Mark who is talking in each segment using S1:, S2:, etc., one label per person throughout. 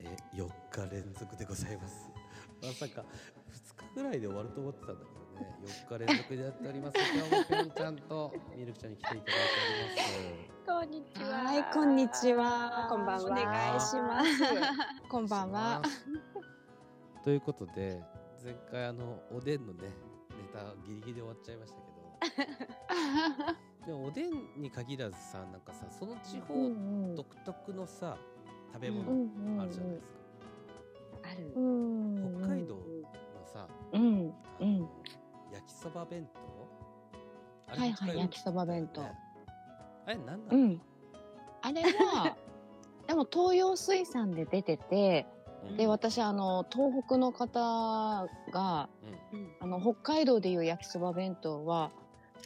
S1: え4日連続でございます まさか2日ぐらいで終わると思ってたんだけどね4日連続でやっております今日もぴょんちゃんとみるくちゃんに来ていただいております
S2: こんにちは。
S3: はい、こんにちは。
S2: こんばんは
S3: お願いします。こんばんは。
S1: ということで前回あのおでんのねネタギリギリで終わっちゃいましたけど でもおでんに限らずさなんかさその地
S3: う
S1: 方
S3: んうん
S1: 独特のさ食べ
S3: う
S1: 物
S3: ん
S1: あるじゃないですか、
S2: ある
S3: う。んうん
S1: 北海道のさ
S3: うん。
S1: あの
S3: うん
S1: 焼きそば弁当あれ
S3: はい
S1: 北
S3: は
S1: 海
S3: い、
S1: 道
S3: 焼きそば弁当
S1: だよ。ねあれなんだろ
S3: う
S1: う、
S3: ん。あれは、 でも東洋水産で出てて、
S1: うん
S3: で、私、あの、東北の方が、
S2: うん。
S3: あの、北海道でいう焼きそば弁当は、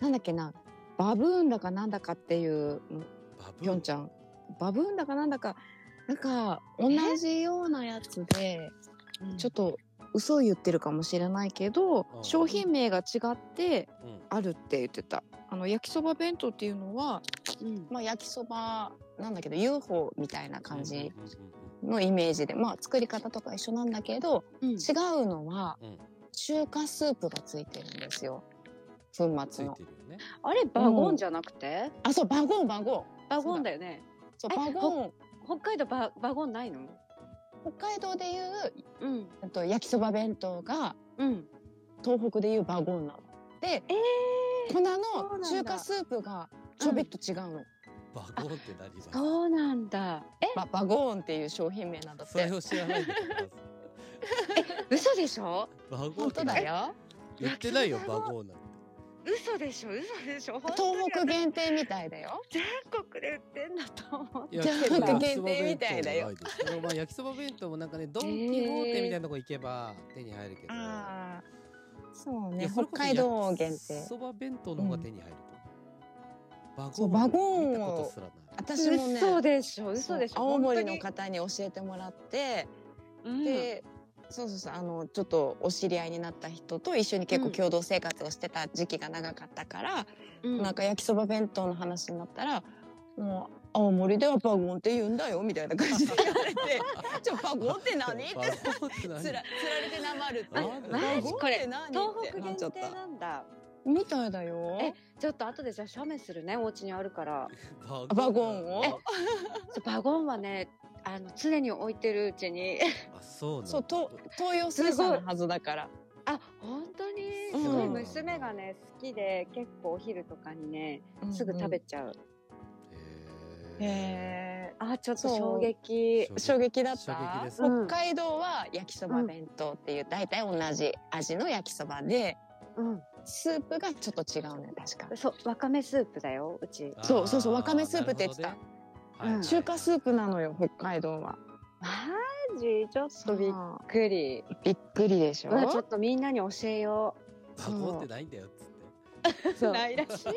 S3: なんだっけな、バブーンだかなんだかっていう、
S1: バブ
S3: ぴょんちゃん。バブーンだかなんだか、なんか、同じようなやつで、ちょっと、嘘を言ってるかもしれないけど
S1: う、ん
S3: 商品名が違って
S1: うん
S3: あるって言ってた。あの、焼きそば弁当っていうのは、
S2: うん。
S3: まあ、焼きそばなんだけど UFO みたいな感じ
S1: うんうん
S3: のイメージで、まあ、作り方とか一緒なんだけど
S2: うん。
S3: 違うのは
S1: うんうん
S3: 中華スープがついてるんですよ粉
S1: つ
S3: 末
S1: い
S3: の
S1: てるよね
S2: あれバゴンじゃなくて？
S3: あそうバゴンバゴン
S2: バゴンだよね。
S3: そう
S2: え
S3: バゴン
S2: 北海道ババゴンないの？
S3: 北海道でいう
S2: うん。
S3: えっと焼きそば弁当が
S2: うん。
S3: 東北でいうバゴンなので
S2: ええ
S3: 粉
S2: そうなん
S3: の
S2: だ
S3: 中華スープがちょびっと違うの、
S1: バゴンって何
S2: ー。そうなんだ。
S3: ババゴーンっていう商品名なんだっ
S1: それ
S3: て
S1: を知らないんだけど
S2: 嘘でしょ？
S1: バゴン
S3: 本
S1: って
S3: 当だ
S1: 何
S3: よ
S1: 言ってないよ
S2: 焼きそ
S1: バ
S2: ば
S1: ゴンなんて
S2: 嘘でしょ？嘘でしょ？本当に
S3: 東北限定みたいだよ
S2: 全国で売ってんだと思う。
S1: いや
S3: じゃあ
S1: 結構
S3: なんか限定みたいだよ
S1: 焼きそば弁当ないですでもまあ焼きそば弁当もなんかねドン・キホーテみたいなとこ行けば手に入るけど、
S3: ああそう
S1: い
S3: ね
S1: やそ
S3: 北
S1: れこそ
S3: 海道限
S1: 焼き
S3: 定
S1: そば弁当の方が手に入ると、
S3: そう
S1: バ
S3: バ
S1: ゴ
S3: ゴ
S1: ン
S3: ンを
S1: 見たことすらない
S3: 私もね
S2: 嘘でしょ？嘘でしょ？
S3: 青森の
S2: 本
S3: 方に教えてもらって、
S2: 当に。
S3: でそうそうそうあのちょっとお知り合いになった人と一緒に結
S2: う
S3: 構
S2: ん
S3: 共同生活をしてた時期が長かったから、
S2: うん。う
S3: なんか焼きそば弁当の話になったら「もう青森ではバゴンって言うんだよ」みたいな感じで言われて 「ちょバゴンって何?」って
S1: バゴンって何
S3: つらつられてなまるって「
S1: あ
S3: バゴンって何?」
S2: 東
S3: って
S2: 北
S3: なっ
S2: 限
S3: ちゃっ
S2: 定
S3: た
S2: なんだ。
S3: みたいだよ。
S2: えちょっと後でじゃあ写メするね。お家にあるから。
S3: バゴンを
S1: え
S2: そうバゴンはね、あの常に置いてるうちに。
S1: あそうなんだ
S3: そうと東洋水産のはずだから
S2: あ本当に
S3: う
S2: す
S3: ん
S2: ごい娘がね好きで結構お昼とかにねすぐ食べちゃう、
S1: へえ
S3: へ
S2: あちょっと衝撃
S3: ー衝撃だっ
S1: 衝撃
S3: た
S1: です
S2: うん
S3: 北海道は焼きそば弁当っていう大体同じ味の焼きそばで
S2: う
S3: スープがちょっと違うのよ確か
S2: んそうわかめスープだようち
S1: あ
S3: そうそうそうわかめスープって言ってた
S1: なるほどね
S2: うん
S3: 中華スープなのよ北海道は
S2: マジちょっとびっ
S3: そう
S2: くり
S3: びっくりでし
S2: うわちょ
S3: ょ
S2: っとみんなに教えよ
S1: バゴンってないんだよっつって
S3: そう
S2: ないらしいよ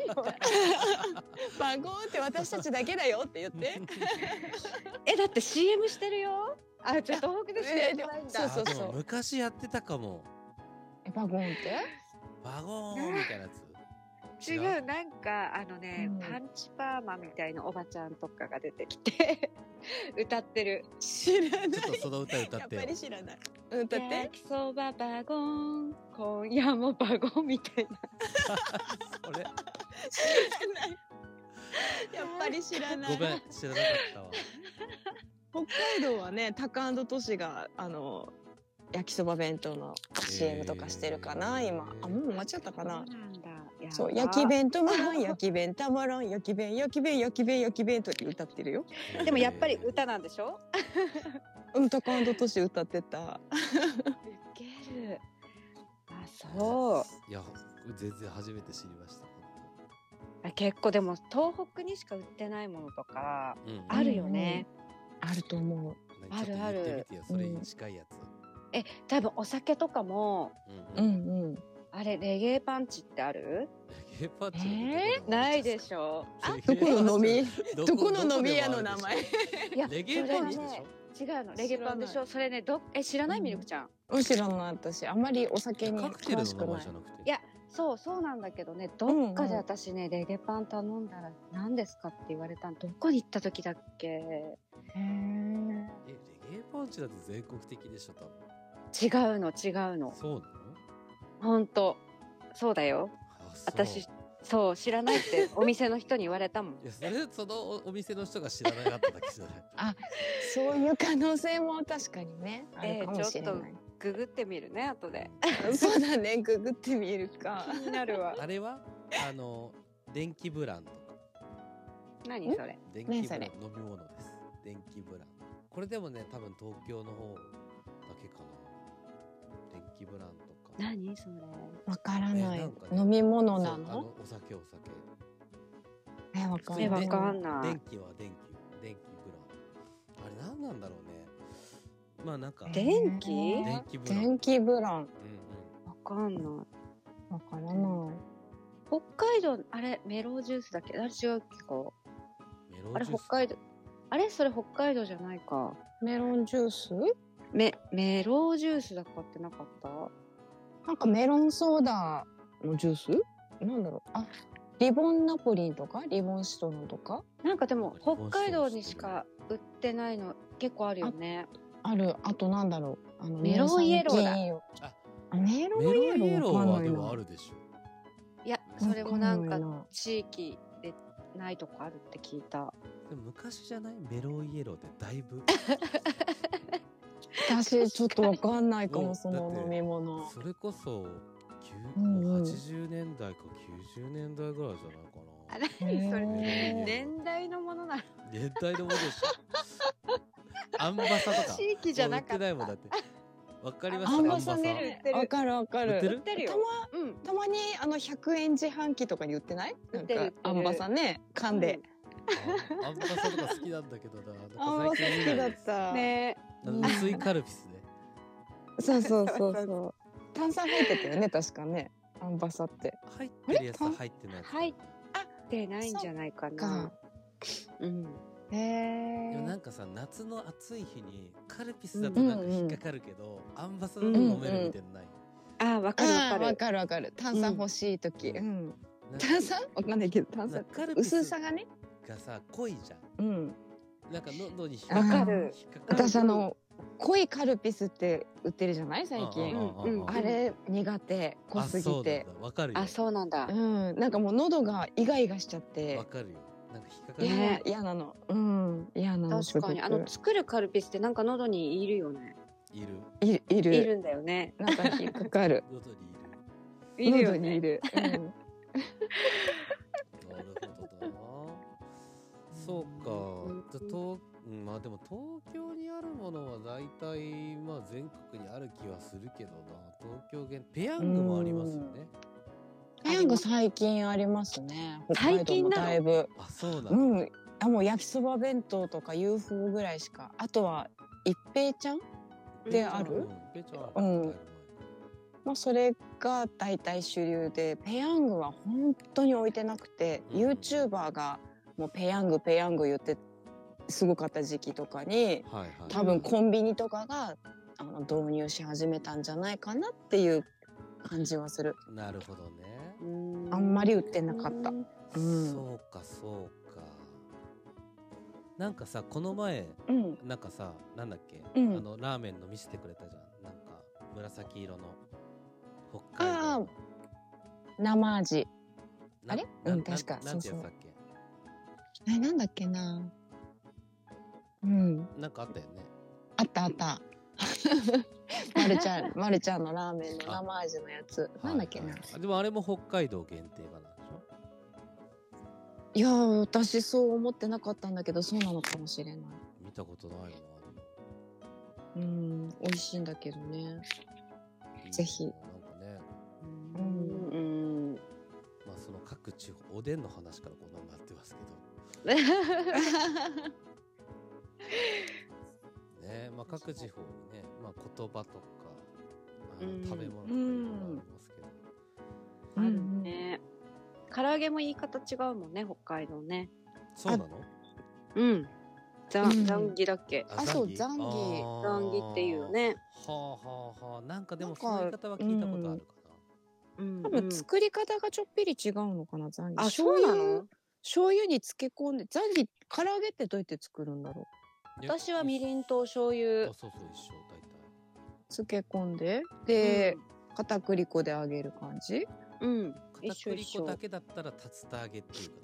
S3: バゴンって私たちだけだよって言って
S2: う えだって CM してるよあちょっと東北で CM してないん
S3: そ
S2: だ
S3: うそうそ
S1: あ
S3: う
S1: でも昔やってたかも
S3: えバゴンって
S1: バゴンみたいなやつ
S2: 違うなんかあのね、
S3: うん
S2: パンチパーマみたいなおばちゃんとかが出てきて 歌ってる
S3: 知らな
S1: ちょっとその歌歌
S3: や
S1: っ
S3: って
S1: よ
S3: ぱり知らないうん歌って
S2: 焼きそばバゴン今夜もバゴンみたいな
S1: あれ
S3: やっぱり知らな
S1: ご
S3: い
S1: めん知らなかったわ
S3: 北海道はねタカ都市があの焼きそば弁当の CM とかしてるかな、
S1: へー
S3: 今あもう間違ったかな
S2: そうなんだやば
S3: そう焼き弁たまらん焼き弁たまらん焼き弁焼き弁焼き弁焼き弁と歌ってるよ
S2: でもやっぱり歌なんでしょ
S3: うんタカ都市歌ってた
S2: ウケるあそう
S1: いや全然初めて知りました
S2: あ結構でも東北にしか売ってないものとか
S1: 本当うん
S2: あるよね、
S3: あると思う
S1: 何ちょっと
S2: ある
S1: 言
S2: あ
S1: ってみて
S2: る
S1: よそれに近いやつ
S2: え多分お酒とかも
S1: うん
S3: うんうん
S2: あれレゲエパンチってある
S1: ゲーパーチョの
S2: ないでしょあ
S1: レゲエパーチョ
S3: どこの飲み
S1: ど
S3: どこの飲み屋の名前
S2: いや
S1: レゲエパンチ
S2: そ
S1: で
S2: れ
S1: し
S2: が
S1: ょ
S2: ね違うのレゲエパンでしょそれねどえ知らないミルクちゃん
S3: うん知らない私あんまりお酒に
S1: カクテル
S3: 詳し
S1: の名
S3: くな
S1: 前
S3: い
S1: じゃなくて
S2: いやそうそうなんだけどねどっかで私ね、レゲパン頼んだら何ですかって言われたのどこに行った時だっけ
S3: へー
S1: えレゲエパンうちだって全国的でしょ多
S2: 違うの違うの
S1: 分そうなの
S2: 本当そうだよ
S1: あそう
S2: 私そう知らない ってお店の人に言われたもん
S1: いやそれそのおお店の人が知らなかっただけじ ゃない
S3: そういう可能性も確かにね、あ
S2: ええ
S3: るかもしれない。
S2: ググってみるね後で
S3: そうだね、ググってみるか。
S2: 気になるわ
S1: あれはあの電気ブランド
S2: 何それ
S1: 電気
S3: 何
S1: ブラ
S3: そ
S1: ンド
S3: れ
S1: 飲み物です電気ブランドこれでもね多分東京の方だけかな電気ブランドか
S2: 何それ
S3: わからな
S1: えないんか。ね
S3: 飲み
S1: そ
S3: 物
S1: う
S3: な
S1: あ
S3: の。
S1: お酒お酒
S3: え、わか
S1: え
S3: んない。
S2: わかんない
S1: 電気は電気電気ブランドあれ何なんだろうねまあなんか
S3: で
S2: 電気
S1: 電気ブランド、うんうん
S3: 電気ブラン。
S2: わかんない
S3: わからない。
S2: 北海道あれメロウジュースだっけあれ違うっけか
S1: メロ
S2: あ
S1: ン
S2: れ
S1: ジュー
S2: 北
S1: ス
S2: 海道あれそれ北海道じゃないか
S3: メロンジュース。
S2: メメロウジュースだかってなかった
S3: なんかメロンソーダのジュース。なんだろう。あ、リボンナポリとか、リボンシトロンとか。
S2: なんかでも
S1: なんか
S2: 北海道
S1: リボンシトロン
S2: にしか売ってないの結構あるよね
S3: ある、あとなんだろう。あの、
S2: メロンイエローだ
S3: 乳酸
S1: あ
S3: 菌。あメロンイ
S1: メロンイ
S3: エ
S1: エ
S3: ロ
S1: ロ
S3: ーわ
S1: ー
S3: か
S1: は
S3: んな
S1: で
S3: い
S1: もあ
S3: な。
S1: るでしょ
S2: いや
S1: うん
S2: それもなん
S3: わ
S2: か
S3: んない
S2: 地域でないとこあるって聞いた
S1: でも昔じゃないメロンイエローってだいぶ
S3: な私、ちょっとわかんないか
S1: う
S3: も、
S1: ん
S3: その
S1: だって
S3: 飲み物。
S1: それこそきゅう
S3: うんうん
S1: 80年代か90年代ぐらいじゃないかな
S2: れ
S3: へー
S1: ね
S2: 年代のものなの
S1: 年代のものでしょアンバサとか
S2: 地域じゃなか
S1: もう売てない
S2: った
S1: もんだってわかりました
S3: アンバサ
S1: アン
S2: ネ
S1: バ
S2: ル売って
S3: わ
S2: る
S3: かるわかる。
S1: 売って
S2: 売ってるよ
S3: たま
S2: うん
S3: たまにあの100円自販機とかに売ってない
S2: 売ってる
S3: なんかアンバさんね噛んで、
S1: サあアンバサとか好きなんだけどな
S3: アン
S1: なん
S3: バ
S1: か
S3: サ好
S1: 最近見
S3: き
S1: な
S3: だ
S1: いです
S3: った、
S2: ね
S1: あの 薄いカルピスね
S3: そうそうそう
S2: そう
S3: そう 炭酸入ってたよね確かねアンバサって
S1: 入ってるやつと入ってないやつ
S2: 入っでないんじゃないかなうん
S3: へえ
S1: でもなんかさ夏の暑い日にカルピスだとなんか引っかかるけど、アンバサだと飲めるみたいなのない、
S2: あーわかるわ
S3: あ
S2: か
S3: わ
S2: る
S3: かるわかる炭酸欲しい時、
S1: う
S3: うんん
S1: なんか
S3: 炭酸わかんないけど炭
S1: なん
S3: 酸
S1: かカルピス
S3: 薄さがね
S1: がさ濃いじゃん
S3: うん
S1: なんか喉に引っ
S3: わか
S2: る
S1: 引っかかる
S3: 私あの濃いカルピスって売ってるじゃない最
S1: うん
S3: 近
S1: うんうんうん
S3: あれ苦手濃すぎて
S1: あそうなんだわかるよ
S2: あそうなんだ
S3: うんなんかもう喉がイガイガしちゃって
S1: わかるよなんか引っかか
S3: い
S1: る
S3: や
S2: ね
S3: 嫌なの。うん、嫌なの。
S2: 確かにあの
S3: す
S2: 作るカルピスってなんか喉にいるよね
S1: いる。
S3: ごくいるいる
S2: いるんだよね
S3: なんか引っか かる
S1: 喉にいる
S2: いるよ
S3: 喉に
S2: ね
S3: いる。うん
S1: なるほどな。そうか。じゃあ東うんまあでも東京にあるものは大体まあ全国にある気はするけどな。東京限ペヤングもありますよね。
S3: ペヤング最近ありますね。
S2: 最近なの
S3: 北海道もだいぶ。
S1: あそうな
S3: うん
S1: だ。
S3: ん。あもう焼きそば弁当とか UFO ぐらいしか。あとは一平ちゃん。である？
S1: ペチャある。
S3: うん
S1: だいぶ
S3: まあそれが大体主流で、ペヤングは本当に置いてなくて、
S1: うん
S3: YouTuber がもうペヤングペヤング言ってすごかった時期とかに。
S1: 前はいはい。
S3: 多分コンビニとかがあの導入し始めたんじゃないかなっていう感じはする。
S1: なるほどね。
S3: あんまり売ってなかったうん
S1: そうかそうか。なんかさこの前
S3: うん。
S1: なんかさなんだっけ、
S3: うん
S1: あのラーメンの見せてくれたじゃん。なんか紫色の北海道
S3: ああ
S1: の。
S3: 生味。
S1: な
S3: あれ
S1: な
S3: うん
S1: な
S3: 確か
S1: なんてや
S3: そう
S1: つ
S3: そ
S1: だ
S3: う
S1: っけ
S3: え、なんだっけな。うん。
S1: なんかあったよね。
S3: あったあ った。まるち ゃん、まるちゃんのラーメンの生味のやつ。なんだっけ
S1: はい
S3: な
S1: はい。あでもあれも北海道限定版なんでしょ
S3: いやー、私そう思ってなかったんだけど、そうなのかもしれない。
S1: 見たことないよ
S3: うん、美味しいんだけどね。
S1: な。
S3: ぜひ
S1: いいよなんかね、
S3: うん
S2: うん
S1: まあその各地方、おでんの話からこんなになってますけど、ね、まあ各地方にね、まあ言葉とか、あ
S2: うん
S1: 食べ物とかいろいろありますけど、
S2: ある。ね唐揚げも言い方違うもんね北海道ね
S1: そうなの
S2: うんザ
S3: うん
S2: ザンギだっけ
S3: あそうザンギ
S2: ザンギっていう。ね
S1: あーはあはあはあ、なんかでも
S3: なん
S1: そ
S3: か
S1: ういう方は聞いたことあるか
S2: うん
S3: 多
S2: うん
S3: 分作り方がちょっぴり違うのかな、ザンギ。
S2: あそうなの
S3: 醤油に漬け込んでザンギ唐揚げってどうやって作るんだろ
S2: 私はみりんと醤油
S1: あ、そうそう、一緒、大体。
S3: 漬け込んで、で、片栗粉で揚げる感じ
S2: うん、うん、
S1: 片
S2: 一緒
S1: 栗
S2: 一
S1: 粉だ
S2: 緒。
S1: けだったら竜田揚げっていうか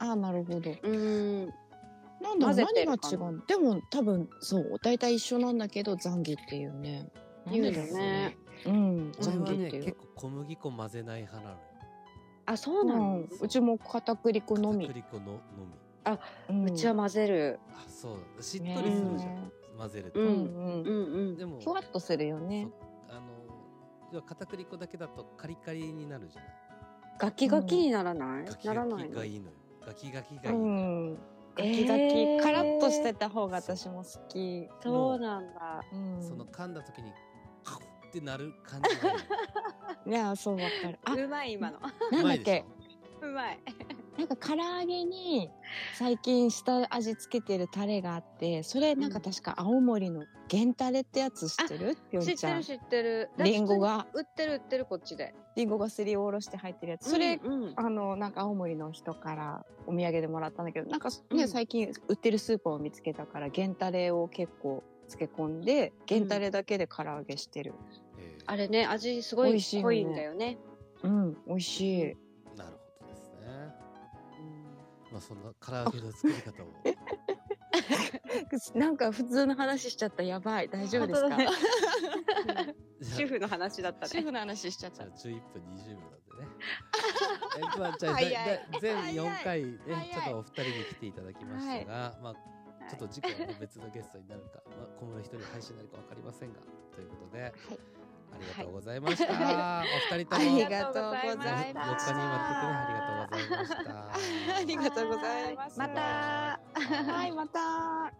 S3: ああ、なるほど。
S2: うん、
S3: なんだろう
S2: 混ぜて
S3: 何が
S2: る
S3: 違
S2: かな
S3: うのでも多分そう大体一緒なんだけどザンギっていうね。
S2: 言うよ
S3: なんでだろ
S2: ね。
S3: うんザ
S1: 俺
S3: ン
S1: は
S3: ギっ
S1: ね
S3: てい
S1: 結
S3: う。
S1: 構小麦粉混ぜない派なのよ
S2: あ、そううんな
S3: う
S2: の。
S3: ちも片栗粉のみ
S1: 片。栗粉ののみ
S3: うん
S2: うちは混ぜる。
S1: あそうしっとりするじゃん、
S3: ね
S1: 混ぜると、
S3: う
S2: うん
S3: う。
S2: うんんうん。
S1: でも
S3: ふわっとするよね
S1: そ。あの要は片栗粉だけだとカリカリになるじゃない
S2: ガキガキにならない？
S1: ガキ
S2: な
S1: ガ
S2: らない
S1: キ
S2: の
S1: が。いいのよガキガキが
S3: う
S1: いいのよ、
S3: ん。ガキガ
S2: え
S3: キ
S2: ー
S3: カラッとしてた方が私も好き。
S2: そうなんだ。
S3: うん。
S1: その噛んだ時にカフッってなる感じ がいい
S3: いやそうわかる。あ
S2: うまい今の。
S1: の
S3: な
S1: うん
S3: だ
S1: ま
S3: っ
S1: い で
S3: け
S1: し
S2: うまい。
S3: なんか唐揚げに最近下味つけてるタレがあってそれなんか確か青森の原タレってやつ知ってる？ぴょん
S2: 知っ
S3: ち
S2: て
S3: ゃん
S2: る。知ってる。
S3: リンゴが
S2: 売ってる売ってるこっちで。
S3: リンゴがすりおろして入ってるやつ。それ
S2: うんうん。
S3: あのなんか青森の人からお土産でもらったんだけどなんかね、
S2: うん
S3: 最近売ってるスーパーを見つけたから原タレを結構漬け込んで原タレだけで唐揚げしてる
S1: ょえー
S2: あれね、味すご
S3: 美
S2: い
S3: 味しいよね
S2: 濃いんだよね。
S3: うん、美味しい
S1: なるほどですねまあそんな唐揚げの作り方 を
S3: なんか普通の話しちゃったやばい大丈夫ですか、
S2: 本当だね
S1: じゃ
S2: 主婦の話だった
S3: シェ
S2: ね。
S3: フの話しちゃっ
S1: じ
S3: た
S1: ゃあ11分20秒 なんでね。えまあじゃあだ
S3: 早い
S1: だ全4回ね
S3: 早い
S1: ちょっとお二人に来ていただきましたが、まあちょっと次回はね別のゲストになるか、まあ、小室一人配信になるかわかりませんがということで、ありがとうございました、
S2: は
S1: お二人と
S3: あ
S1: も
S3: り
S1: よ
S3: がとうご
S1: 4日に
S3: ざ
S1: わ
S3: い
S1: た
S3: ま
S1: っ
S3: す
S1: てねありがとうございました
S3: ありがとうございます
S2: また。
S3: はいまた